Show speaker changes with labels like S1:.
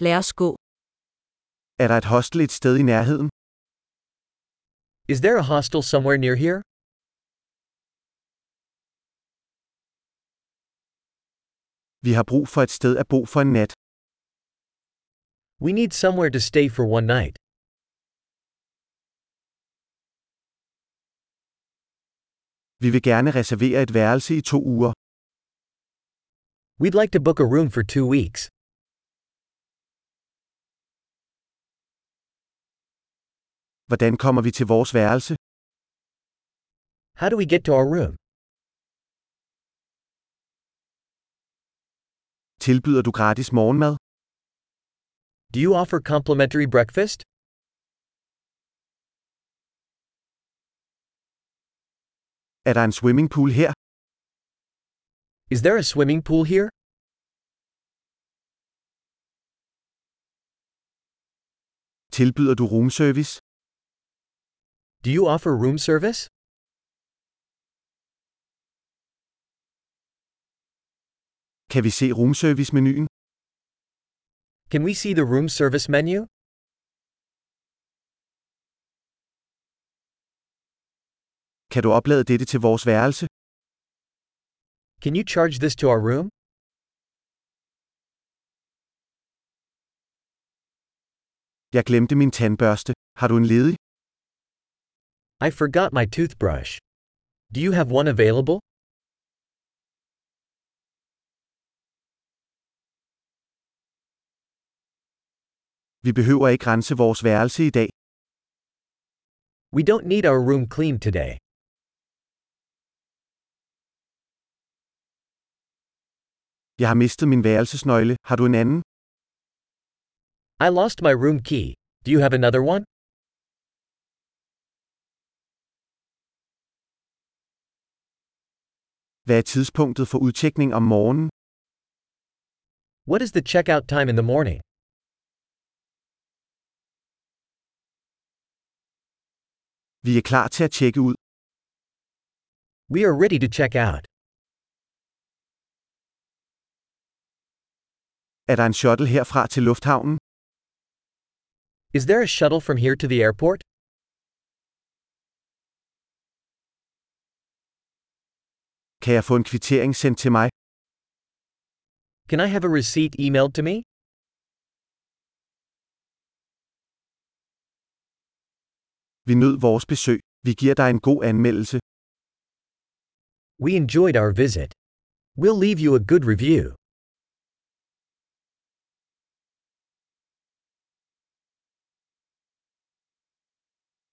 S1: Lad os gå.
S2: Er der et hostel et sted i nærheden?
S3: Is there a hostel somewhere near here?
S2: Vi har brug for et sted at bo for en nat.
S3: We need somewhere to stay for one night.
S2: Vi vil gerne reservere et værelse i to uger.
S3: We'd like to book a room for two weeks.
S2: Hvordan kommer vi til vores værelse?
S3: How do we get to our room?
S2: Tilbyder du gratis morgenmad?
S3: Do you offer complimentary breakfast?
S2: Er der en swimmingpool her?
S3: Is there a swimming pool here?
S2: Tilbyder du roomservice?
S3: Do you offer room service?
S2: Kan vi se roomservice-menuen?
S3: Can we see the room service menu?
S2: Kan du oplade dette til vores værelse?
S3: Can you charge this to our room?
S2: Jeg glemte min tandbørste. Har du en ledig?
S3: I forgot my toothbrush. Do you have one available?
S2: Vi behøver ikke rense vores værelse i dag.
S3: We don't need our room cleaned today.
S2: Jeg har mistet min værelsesnøgle. Har du en anden?
S3: I lost my room key. Do you have another one?
S2: Hvad er tidspunktet for udtjekning om morgenen?
S3: What is the checkout time in the morning?
S2: Vi er klar til at tjekke ud.
S3: We are ready to check out.
S2: Er der en shuttle herfra til lufthavnen?
S3: Is there a shuttle from here to the airport?
S2: Kan jeg få en kvittering sendt til mig?
S3: Can I have a receipt emailed to me?
S2: Vi nød vores besøg. Vi giver dig en god anmeldelse.
S3: We enjoyed our visit. We'll leave you a good review.